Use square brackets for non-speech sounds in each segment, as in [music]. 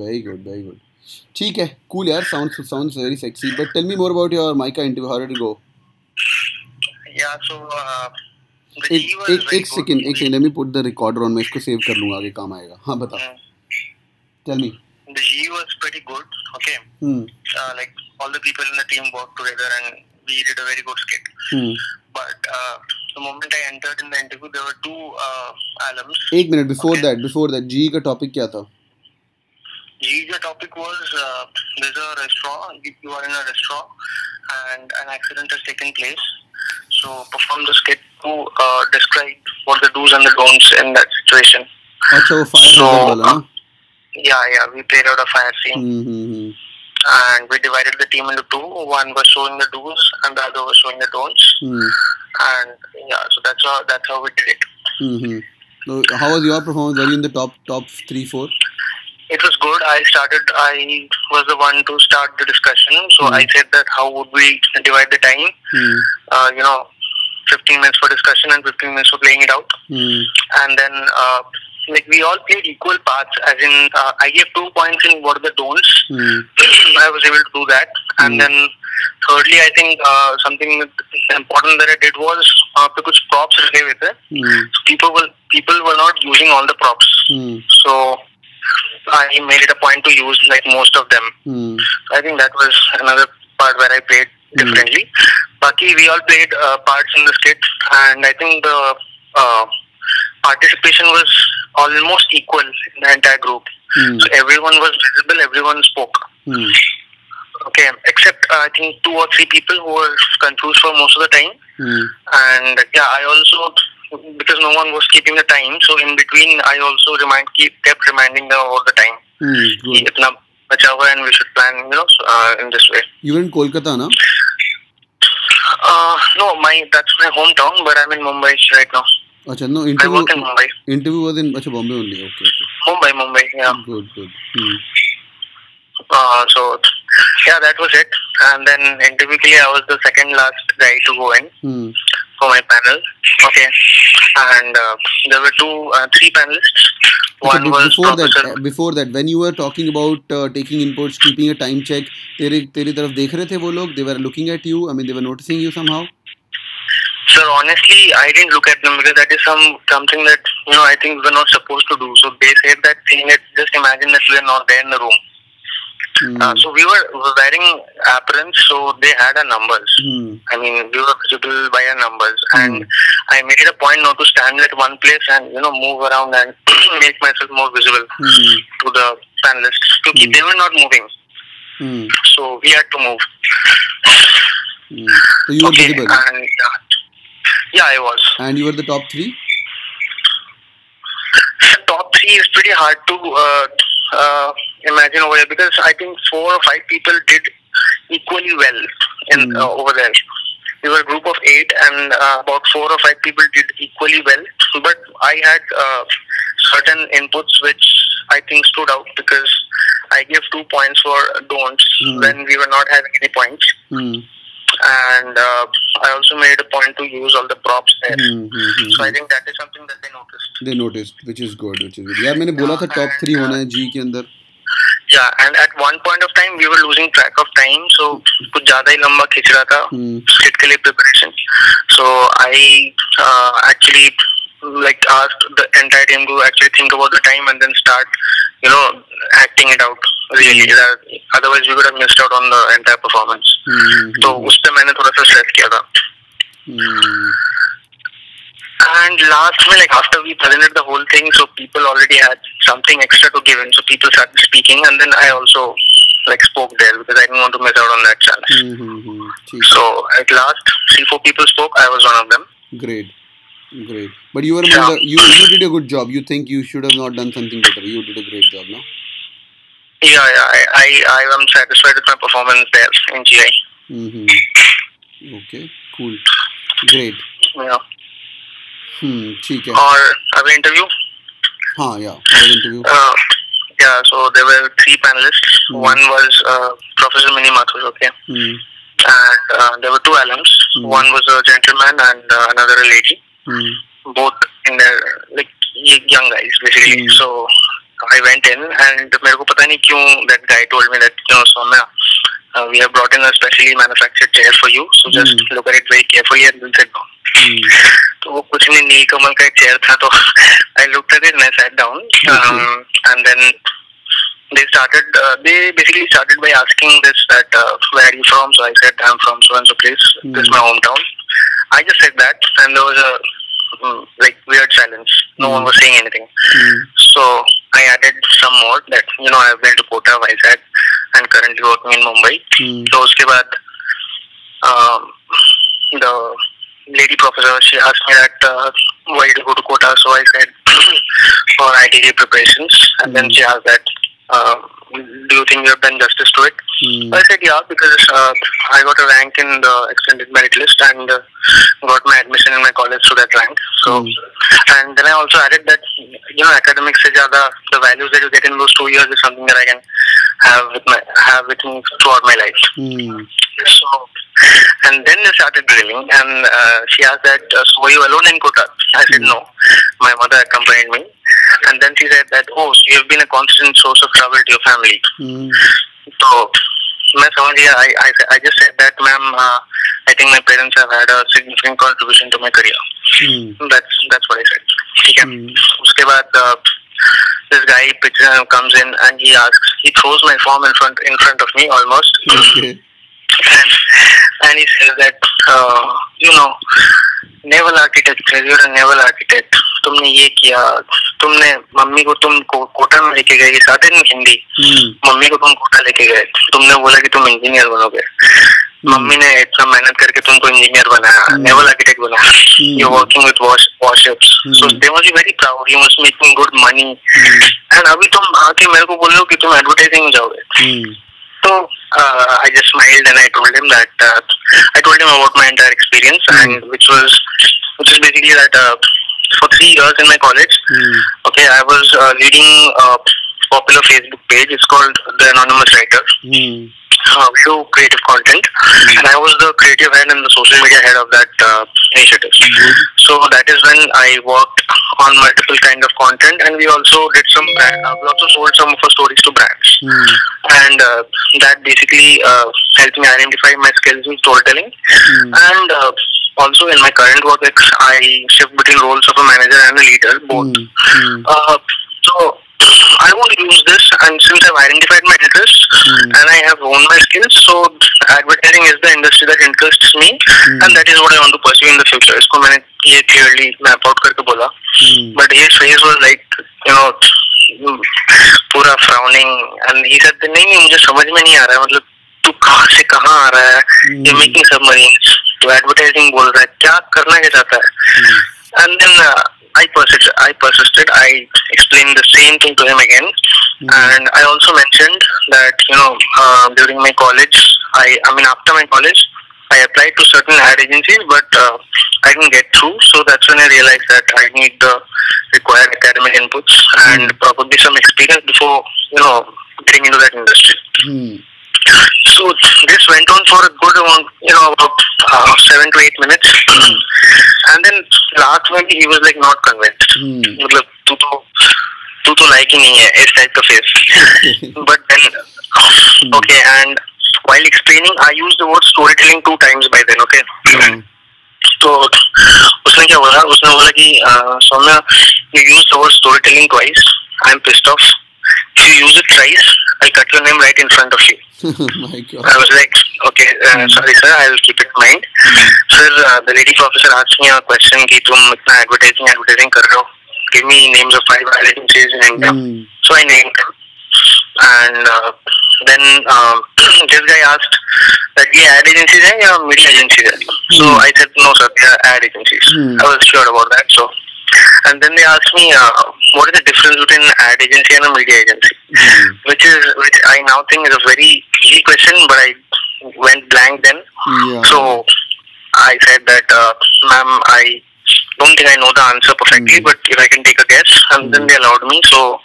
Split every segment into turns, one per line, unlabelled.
Very good very good ठीक है cool यार sound sounds very sexy but tell me more about your MICA interview how did go
Yeah, so uh, the G
एक
was
एक
very
एक second एक second let me put the recorder on मैं इसको save कर लूंगा आगे काम आएगा हाँ बता
Mm,
tell me
the G was pretty good. Okay,
hmm
uh, like all the people in the team worked together and we did a very good skit.
Hmm
But uh, the moment I entered in the interview, there were two uh, alums.
एक मिनट before that before that G का topic क्या था
G, the topic was uh, there's a restaurant. You you are in a restaurant, and an accident has taken place. So perform the skit to uh, describe what the do's and the don'ts in that situation.
अच्छा वो fire
So,
वाला ना
Yeah, yeah, we played out a fire scene.
Hmm hmm hmm
and we divided the team into two. One was showing the do's, and the other was showing the don'ts.
Hmm
And yeah, so that's how that's how we did it.
Mm-hmm. So how was your performance? Were you in the top top three, four?
It was good. I started. I was the one to start the discussion. So
Hmm.
I said that how would we divide the time?
Mm.
Uh, you know, 15 minutes for discussion and 15 minutes for playing it out.
Mm.
And then uh, like we all played equal parts. As in, uh, I gave two points in what are the don'ts.
Mm.
[clears throat] I was able to do that.
Mm.
And then, thirdly, I think uh, something important that I did was uh, because props relay with it.
Mm.
People were people were not using all the props,
Mm.
so I made it a point to use like most of them.
Mm.
I think that was another part where I played
Mm.
differently. Baki, we all played uh, parts in the skit, and I think the uh, participation was almost equal in the entire group.
Mm.
So everyone was visible, everyone spoke.
Mm.
Okay, except uh, I think two or three people who were confused for most of the time,
Mm.
and yeah, I also because no one was keeping the time, so in between I also remind keep kept reminding them about the time.
Mm. Good.
Itna bacha hua hai and we should plan, you know, so, uh, in this way.
You were in Kolkata, na?
Uh, no, my that's my hometown, but I'm in Mumbai right now.
Acha, अच्छा, no
I work in
interview.
Mumbai,
Interview was in acha Bombay only. Okay. okay.
Mumbai, Mumbai. Yeah.
Good. Good. Mm.
Uh, so yeah, that was it. And then interview के लिए I was the second last guy to go in.
Mm.
for my panel. Okay, and uh, there were two, uh, three panelists.
Okay,
One
be-
was
before that,
Professor.
uh, before that, when you were talking about uh, taking inputs, keeping a time check, तेरे तेरी तरफ देख रहे थे वो लोग? They were looking at you. I mean, they were noticing you somehow.
Sir, honestly, I didn't look at them because that is some something that you know I think we're not supposed to do. So they said that thing that just imagine that we're not there in the room.
Mm.
Uh, so we were wearing aprons, so they had our numbers.
Mm.
I mean, we were visible by our numbers,
Mm.
and I made it a point not to stand at one place and you know move around and [clears throat] make myself more visible
Mm.
to the panelists. To keep
Mm.
they were not moving.
Mm.
so we had to move.
Mm. So you were
okay,
visible,
and uh, yeah, I was.
and you were the top three.
Top three is pretty hard to uh, uh, imagine over here because I think four or five people did equally well in
Mm.
uh, over there. We were a group of eight, and uh, about four or five people did equally well. But I had uh, certain inputs which I think stood out because I gave two points for don'ts
Mm.
when we were not having any points.
Mm.
and uh, I also made a point to use all the props there.
Mm, mm, mm,
So I
mm.
think that is something that they noticed.
they noticed which is good which is good यार मैंने बोला था top three होना है जी के अंदर
Yeah, and at one point of time we were losing track of time, so कुछ ज़्यादा ही लंबा खिंच रहा था
हम्म,
skit के लिए preparation. So I uh, actually like asked the entire team to actually think about the time and then start, you know, acting it out. Really, that otherwise we would have missed out on the entire performance.
हम्म, हम्म,
तो उस पर मैंने थोड़ा सा stress किया था
hmm,
And last minute, like after we presented the whole thing, so people already had something extra to give in. So people started speaking, and then I also like spoke there because I didn't want to miss out on that challenge.
Hmm, hmm, hmm, ठीक
So at last, three four people spoke. I was one of them.
Great great but you are among the you you did a good job you think you should have not done something better you did a great job ना
Yeah, yeah. I I, I am satisfied with my performance there in GI.
Hmm okay cool great
Yeah.
Hmm ठीक है
Or other interview.
हाँ या interview
Uh, yeah. So there were three panelists.
Hmm.
One was uh, Professor Mini Mathur. Okay.
Hmm
And uh, there were two alums.
Hmm.
One was a gentleman and uh, another a lady.
Hmm
both in their like y- young guys basically.
Mm.
So I went in and मेरे को पता नहीं क्यों that guy told me that you know Soumya uh, we have brought in a specially manufactured chair for you so just
Hmm.
look at it very carefully and then sit down
हम्म,
तो वो कुछ नहीं नीलकमल का एक chair था तो I looked at it and I sat down um, and then they started uh, they basically started by asking this that uh, where are you from so I said I'm from so and so place this is
Hmm.
my hometown I just said that and there was a mm, like weird silence no one
Hmm.
was saying anything
hmm,
so I added some more that you know I've been to Kota Vizag and currently working in Mumbai
hmm,
तो उसके बाद the lady professor she asked me that uh, why did you go to Kota so I said [clears throat] for ITG preparations and then she asked that uh, do you think you have done justice to it I
hmm,
said yeah because uh, I got a rank in the extended merit list and uh, got my admission in my college to that rank so
Hmm.
and then I also added that you know academics se zyada the values that you get in those two years is something that I can have with my have with me throughout my life
hmm,
so, and then they started drilling, and uh, she asked that, uh, so were you alone in Kota? I said,
Mm.
no. My mother accompanied me. And then she said that, oh, so you've been a constant source of trouble to your family.
Hmm,
So, मैं समझ गया, I, I, I just said that, ma'am, uh, I think my parents have had a significant contribution to my career.
Hmm,
That's that's what I said. ठीक है?
Mm.
उसके बाद uh, this guy picks, uh, comes in and he asks, he throws my form in front in front of me almost.
Okay
and, and he says that uh, you know naval architecture you're a naval architect तुमने ये किया तुमने mummy को तुम को, कोटा में लेके गए साथ इन हिंदी
हम्म,
मम्मी को तुम कोटा लेके गए तुमने बोला कि तुम इंजीनियर बनोगे मम्मी ने इतना मेहनत करके तुमको इंजीनियर बनाया
Hmm.
नेवल आर्किटेक्ट बनाया
Hmm.
You working with warships so
Hmm.
They was very proud you was making good money
hmm,
and अभी तुम आके मेरे को बोल रहे हो कि तुम एडवर्टाइजिंग में जाओगे
hmm,
So uh, I just smiled and I told him that uh, I told him about my entire experience and which was which is basically that uh, for three years in my college,
hmm,
okay, I was uh, leading a popular Facebook page. It's called the Anonymous Writer.
Hmm,
Uh, we do creative content, and I was the creative head and the social media head of that uh, initiative.
good.
So that is when I worked on multiple kind of content, and we also did some. brand- Uh, we also sold some of our stories to brands
hmm,
and uh, that basically uh, helped me identify my skills in storytelling.
Hmm,
And uh, also in my current work, it's- I shift between roles of a manager and a leader, both.
Hmm, hmm,
Uh, so I want to use this, and since I've identified my interests
Hmm.
and I have owned my skills, so advertising is the industry that interests me,
Hmm.
and that is what I want to pursue in the future. इसको मैंने ये clearly map out करके बोला.
हम्म,
But his face was like, you know, पूरा frowning and he said that नहीं नहीं मुझे समझ में नहीं आ रहा है मतलब तू कहाँ से कहाँ आ रहा है ये
Hmm.
मेकिंग submarines तू एडवर्टाइजिंग बोल रहा है क्या करना क्या चाहता है
hmm,
and then uh, I persisted. I persisted. I explained the same thing to him again,
Mhm.
and I also mentioned that you know uh, during my college, I I mean after my college, I applied to certain ad agencies, but uh, I didn't get through. So that's when I realized that I need the required academic inputs and probably some experience before you know getting into that industry.
Hmm,
So this went on for a good amount, you know, about uh, seven to eight minutes, and then last one he was like not convinced.
Hmm,
मतलब तू तो तू तो लायक ही नहीं है इस टाइप का face but then okay and while explaining i used the word storytelling two times by then okay
हाँ,
तो उसने क्या बोला उसने बोला कि Saumya you use the word story telling twice I am pissed off you use it twice I cut your name right in front of you
my God.
I was like, okay, uh, sorry sir, I'll keep it in mind. Sir, uh, the lady professor asked me a question कि तुम इतना advertising advertising कर रहे हो. Give me names of five ad agencies in India.
Hmm,
So I named them. And uh, then um, [clears throat] this guy asked that ये ad agencies हैं या media agencies हैं? So
Hmm.
I said no sir, they are ad agencies.
Hmm.
I was sure about that. So and then they asked me uh, what is the difference between an ad agency and a media agency?
Hmm,
which is which I now think is a very easy question, but I went blank then.
yeah.
So I said that, uh, ma'am, I don't think I know the answer perfectly,
Mm.
but if I can take a guess, and then they allowed me. So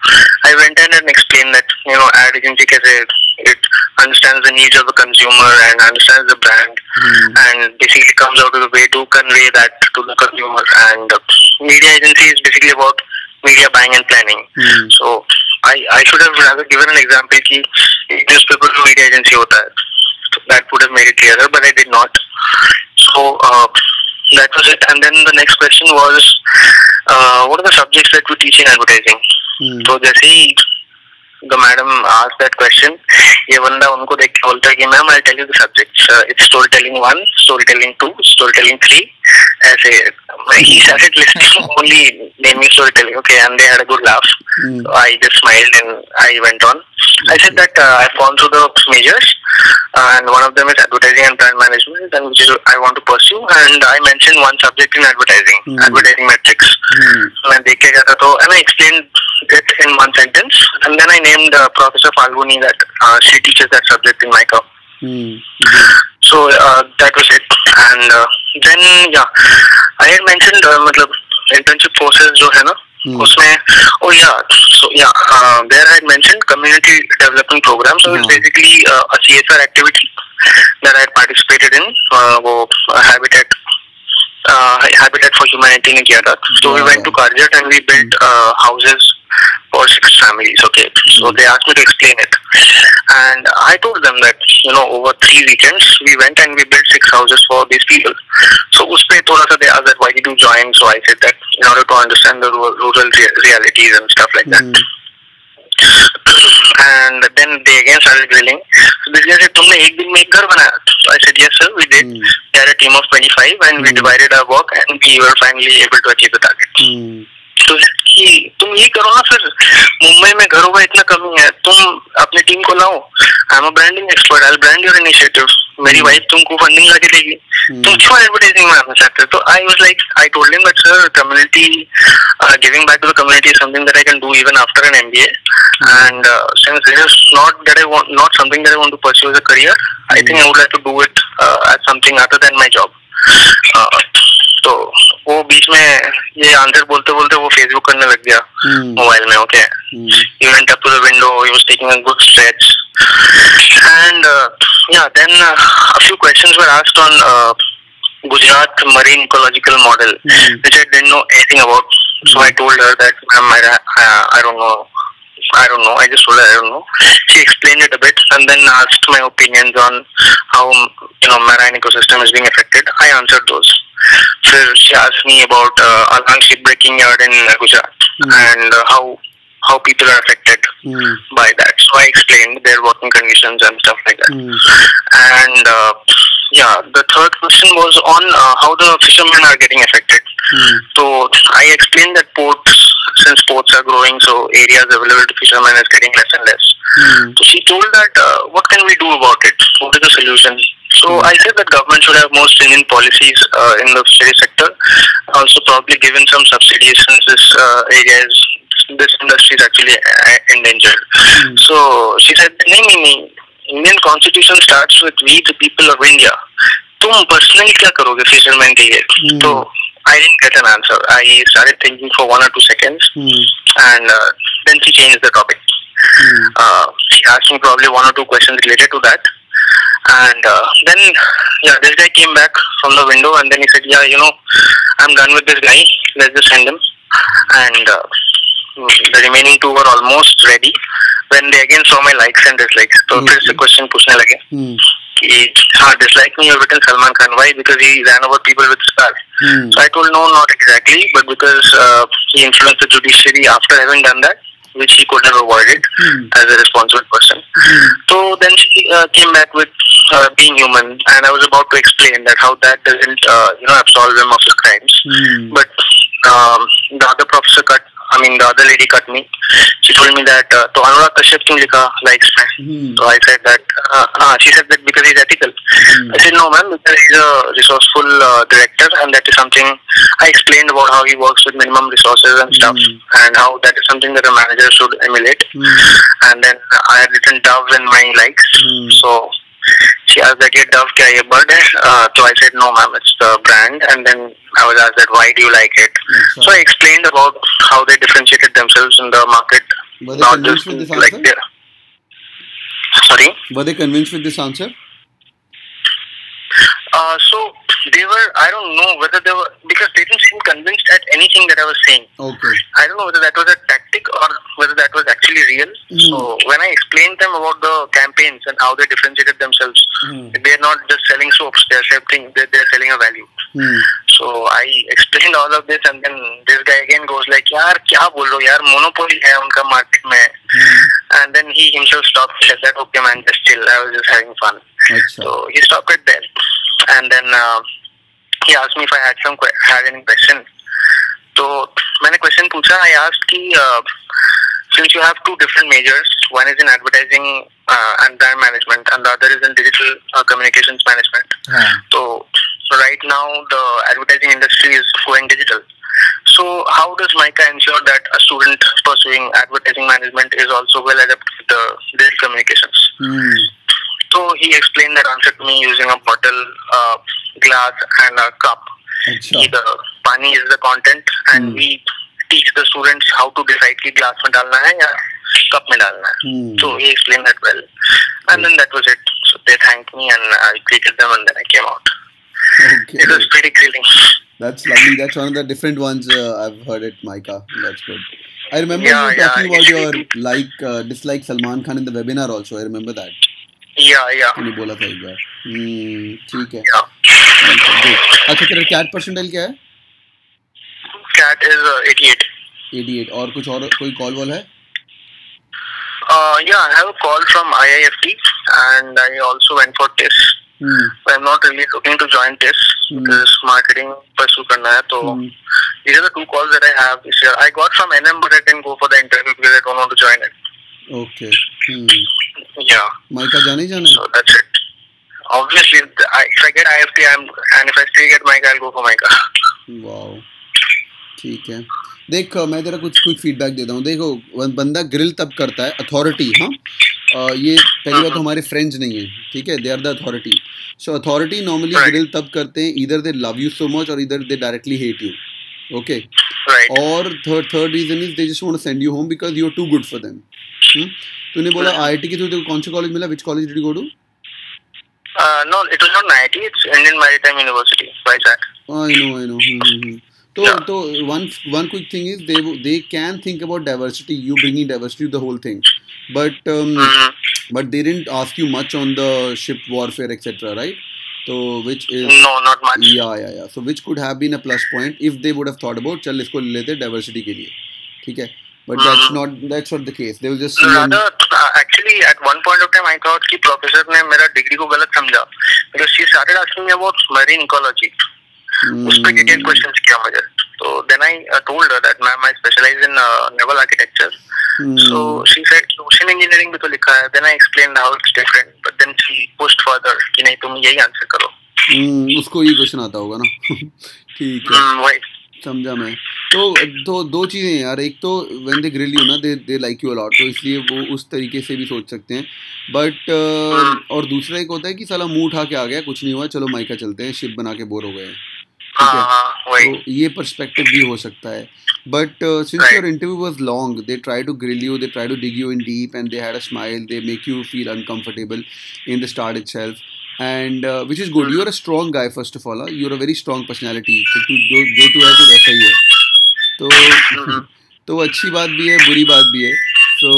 I went in and explained that you know ad agency कैसे it understands the needs of the consumer and understands the brand
hmm,
and basically comes out with a way to convey that to the consumer and uh, media agency is basically about media buying and planning
hmm,
so I, I should have rather given an example कि newspaper में media agency होता है so that would have made it clearer but I did not so uh, that was it and then the next question was uh, what are the subjects that we teach in advertising
हम्म,
तो जैसे ही the madam asked that question ये बंदा उनको देख के बोलता है कि ma'am I tell you the subjects it's story telling one story telling two story telling three ऐसे he started listening only naming story telling okay and they had a good laugh
hmm,
So I just smiled and I went on. I said that uh, I've gone through the majors, uh, and one of them is advertising and brand management, and which is I want to pursue. And I mentioned one subject in advertising,
Hmm.
advertising metrics.
Hmm,
मैं देख के गया था तो and I explained it in one sentence, and then I named uh, Professor Falguni that uh, she teaches that subject in my com.
Hmm,
So uh, that was it, and uh, then yeah, I had mentioned uh, मतलब internship courses जो है ना
हम्म,
उसमें ओ या सो या हाँ, there I mention community development program so it's
Hmm.
Basically a CSR activity that I participated in uh, वो uh, habitat habitat for humanity ने किया था so we
Yeah.
Went to Karjat and we built houses uh, for six families okay so
Hmm.
they asked me to explain it and i told them that you know over three weekends we went and we built six houses for these people so उस पे थोड़ा सा they asked that why did you join so I said that in order to understand the rural, rural rea- realities and stuff like that
hmm, Hmm.
and then they again started grilling so this guy said तुमने एक दिन में एक घर बनाया so I said yes sir we did
Hmm.
we had a team of 25 and we
Hmm.
divided our work and we were finally able to achieve the target
hmm,
so कि तुम ये करो ना फिर मुंबई में घरों का इतना कमी है तुम अपनी टीम को लाओ I am a branding expert I brand your initiative मेरी
Hmm.
वाइफ तुमको फंडिंग लगे देगी तो
हम्म,
क्यों एडवर्टाइजिंग में आना चाहते हो तो I was like I told him that sir community giving back to the community is something that I can do even after an MBA and since this is not that I want not something that I want to pursue as a career I think I would like to do it as something other than my job तो वो बीच में ये answer बोलते बोलते वो Facebook करने लग गया
हम्म,
मोबाइल में okay
hmm,
he went up to the window. He was taking a good stretch, and uh, yeah, then uh, a few questions were asked on uh, Gujarat marine ecological model,
Hmm.
which I didn't know anything about. So I told her that, ma'am, I, I, I don't know. I don't know. I just told her I don't know. She explained it a bit and then asked my opinions on how you know marine ecosystem is being affected. I answered those. So she asked me about uh, Alang shipbreaking yard in uh, Gujarat
Hmm.
and uh, how how people are affected
hmm,
by that. So I explained their working conditions and stuff like that.
Hmm,
And uh, yeah, the third question was on uh, how the fishermen are getting affected.
Hmm,
So I explained that ports, since ports are growing, so areas available to fishermen is getting less and less.
Hmm,
So she told that uh, what can we do about it? What is the solution? So
Hmm.
I said that government should have more stringent policies uh, in the fishery sector. Also, probably given some subsidies since this uh, area is this industry is actually uh, endangered.
Hmm.
So she said, "नहीं नहीं नहीं, Indian constitution starts with we the people of India. तुम personally क्या करोगे fishermen के लिए?
Hmm.
तो I didn't get an answer. I started thinking for one or two seconds,
hmm,
and uh, then she changed the topic
hmm,
uh, she asked me probably one or two questions related to that. And uh, then, yeah, this guy came back from the window and then he said, Yeah, you know, I'm done with this guy. Let's just send him. And uh, the remaining two were almost ready when they again saw my likes and dislikes. So,
Mhm.
this is the question pushing again.
Hmm,
He ah, dislike me, you've written Salman Khan. Why? Because he ran over people with stars.
Hmm,
So I told no, not exactly, but because uh, he influenced the judiciary after having done that, which he could have avoided
hmm,
as a responsible person.
Hmm,
So then she uh, came back with uh, being human, and I was about to explain that how that doesn't uh, you know absolve him of his crimes.
Hmm,
But um, the other professor cut. I mean, the other lady cut me. She told me that uh, to Anurag Kashyap kyun likha likes me.
Hmm,
So I said that. Uh, uh, she said that because he's ethical.
Hmm,
I said, no, ma'am, because he's a resourceful uh, director, and that is something I explained about how he works with minimum resources and stuff,
Mm.
and how that is something that a manager should emulate.
Hmm,
And then I had written dove in my likes,
Hmm.
so she asked that, "Ye dove kya ye bird hai?" Uh, so I said, "No, ma'am, it's the brand." And then I was asked that, "Why do you like it?"
अच्छा,
So I explained about how they differentiated themselves in the market,
Were they
not
convinced
just
with this
like
answer?
their. Sorry.
Were they convinced with this answer?
Uh, so they were. I don't know whether they were because they didn't seem convinced convinced at anything that I was saying.
Okay.
I don't know whether that was a tactic or whether that was actually real.
Hmm.
So when I explained them about the campaigns and how they differentiated themselves,
Hmm.
they're not just selling soaps; they're selling they're, they're selling a value.
Hmm.
So I explained all of this, and then this guy again goes like, "यार क्या बोल रहे हो यार monopoly है उनका market में."
Hmm.
And then he himself stopped. Said that, "Okay man, just chill. I was just having fun."
अच्छा
So he stopped it there, and then uh, he asked me if I had some que- had any question. तो मैंने question पूछा I asked कि uh, since you have two different majors, one is in advertising uh, and brand management, and the other is in digital uh, communications management.
हाँ
So right now the advertising industry is going digital. So how does Mica ensure that a student pursuing advertising management is also well adept with the digital communications?
Hmm.
So he explained that answer to me using a bottle, uh, glass, and a cup.
अच्छा
The pani is the content, and
Hmm.
we teach the students how to decide कि glass में डालना है या cup में डालना है.
Hmm.
So he explained that well, and then that was it. So they thanked me, and I greeted them, and then I came out. It
Okay.
was pretty grilling.
That's lovely. That's one of the different ones uh, I've heard at Mica. That's good. I remember
Yeah,
you talking
yeah,
about your
it's-
like uh, dislike Salman Khan in the webinar also. I remember that.
Yeah, yeah.
तूने बोला था एक बार हम्म, ठीक है
Yeah.
good. अच्छा तेरा cat percentage क्या है
Cat is uh, 88.
88 और कुछ और कोई कॉल वॉल है
Uh, yeah, I have a call from IIFT, and I also went for tests.
Hmm,
I'm not really looking to join this
Hmm.
because marketing pursue karna hai. So
hmm,
these are the two calls that I have this year. I got from NM, but I didn't go for the interview because I don't want to join it.
Okay Hmm.
Yeah,
MICA जाने ही जाना है
so that's it. Obviously, th- I, if I get IFT, I'm and if I still get Micah, I'll go for Micah.
Wow ठीक है देख अ, मैं तेरा कुछ कुछ फीडबैक देता हूँ देखो वन- बंदा ग्रिल तब करता है अथॉरिटी हाँ अ, ये पहली बात तो हमारे फ्रेंड्स नहीं है ठीक है they are the authority so authority normally
Right.
Grill तब करते हैं इधर they love you so much और इधर they directly hate you okay
[laughs] Right.
और third third reason is they just want send you home because you are too good for them hm? तूने बोला IIT के थ्रू देखो कौन सा college मिला which college did go to
Uh, no, it was not NIT. It's Indian Maritime University. Why that?
I know I know तो
Yeah.
तो one one quick thing is they they can think about diversity you bringing diversity the whole thing but
Mm,
but they didn't ask you much on the ship warfare etcetera right तो which is
Mm, no, not much.
या या या so which could have been a plus point if they would have thought about चल इसको ले लेते diversity के लिए ठीक है but that's
Hmm.
Not that's not the case they will just
Radha actually at one point of time I thought कि professor ने मेरा डिग्री को गलत समझा because she started asking me about marine ecology उस
Hmm.
पे डिटेल क्वेश्चंस किया मुझे तो then I told her that ma'am I specialize in naval architecture
Hmm,
so she said कि ओशन इंजीनियरिंग भी तो लिखा है then I explain how it's different but then she pushed further कि नहीं तुम यही आंसर करो
हम्म, उसको ये क्वेश्चन आता होगा ना [laughs] ठीक है
Hmm, वही
समझा मैं तो दो दो चीज़ें हैं यार एक तो वेन दे ग्रिल यू ना they they like you a lot तो इसलिए वो उस तरीके से भी सोच सकते हैं बट और दूसरा एक होता है कि साला मुंह उठा के आ गया कुछ नहीं हुआ चलो माइका चलते हैं शिप बना के बोर हो गए हैं
हाँ हाँ वही
तो ये पर्सपेक्टिव भी हो सकता है uh, but since
Right.
Your interview was long they try to grill you they try to dig you in deep and they had a smile they make you feel uncomfortable in the start itself and which is good you are a strong guy first of all you are a very strong personality तो तू जो जो तू है तो वैसा ही है तो
Mhm.
[laughs] तो अच्छी बात भी है बुरी बात भी है सो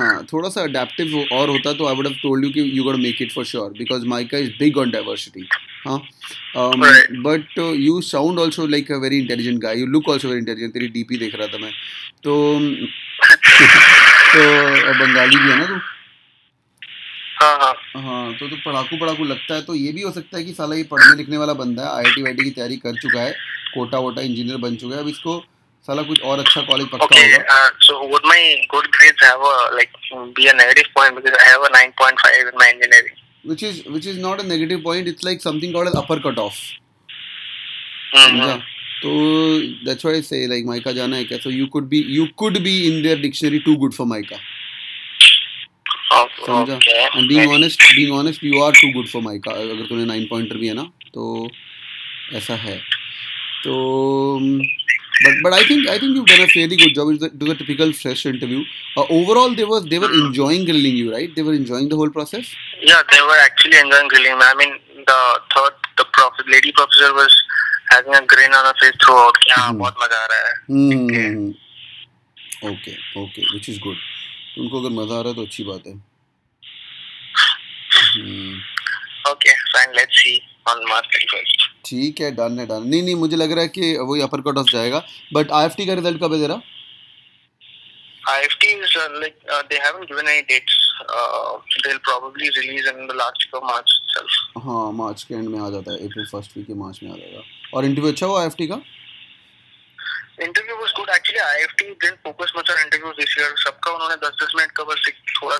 हाँ थोड़ा सा अडेप्टिव और होता तो I would have told you कि you got make it for sure because MICA is big on diversity हाँ um,
Right.
but uh, you sound also like a very intelligent guy you look also very intelligent तेरी DP देख रहा था मैं तो तो अब बंगाली भी है ना तू
हाँ हाँ
हाँ तो तू पढ़ाकू पढ़ाकू लगता है तो ये भी हो सकता है कि साला ये पढ़ने लिखने वाला बंदा है आईआईटी वाईटी की तैयारी कर चुका है कोटा वोटा इंजीनियर बन चुका है अब इसको साला कुछ और अच्छा कॉलेज पक्का
Okay,
होगा
uh, so would my good grades have a like be a negative point because I have a 9.5 in my engineering?
which is which is not a negative point it's like something called an upper cut off समझा
Mm-hmm.
तो that's why I say like mica जाना है क्या so you could be you could be in their dictionary too good for MICA
Okay.
समझा and being honest being honest you are too good for MICA अगर तूने nine pointer भी है ना तो ऐसा है तो but but I think I think you've done a fairly good job. It's the, it was a typical fresh interview. Uh, overall, they were they were enjoying grilling you, right? They were enjoying the whole process.
Yeah, they were actually enjoying grilling. me. I mean, the third, the prof- lady professor was having a grin on her face throughout. कि हाँ
Hmm.
बहुत मजा आ रहा है
hmm okay okay which is good उनको अगर मज़ा आ रहा है तो अच्छी बात है hmm,
Okay, fine. Let's see on March 31st.
ठीक है डालना है, डालना नहीं नहीं मुझे लग रहा है कि वही अपर कट ऑफ जाएगा बट आई का रिजल्ट कब है ज़रा
IFT is uh, like uh, they haven't given any dates. Uh, they'll probably release in the last week of March itself.
हाँ मार्च के एंड में आ जाता है अप्रैल फर्स्ट वीक के मार्च में आ जाएगा और इंटरव्यू अच्छा हुआ आई का
Interview was good. Actually, IFT didn't focus much on interviews this year. सबका उन्होंने 10-10 मिनट का बस एक थोड़ा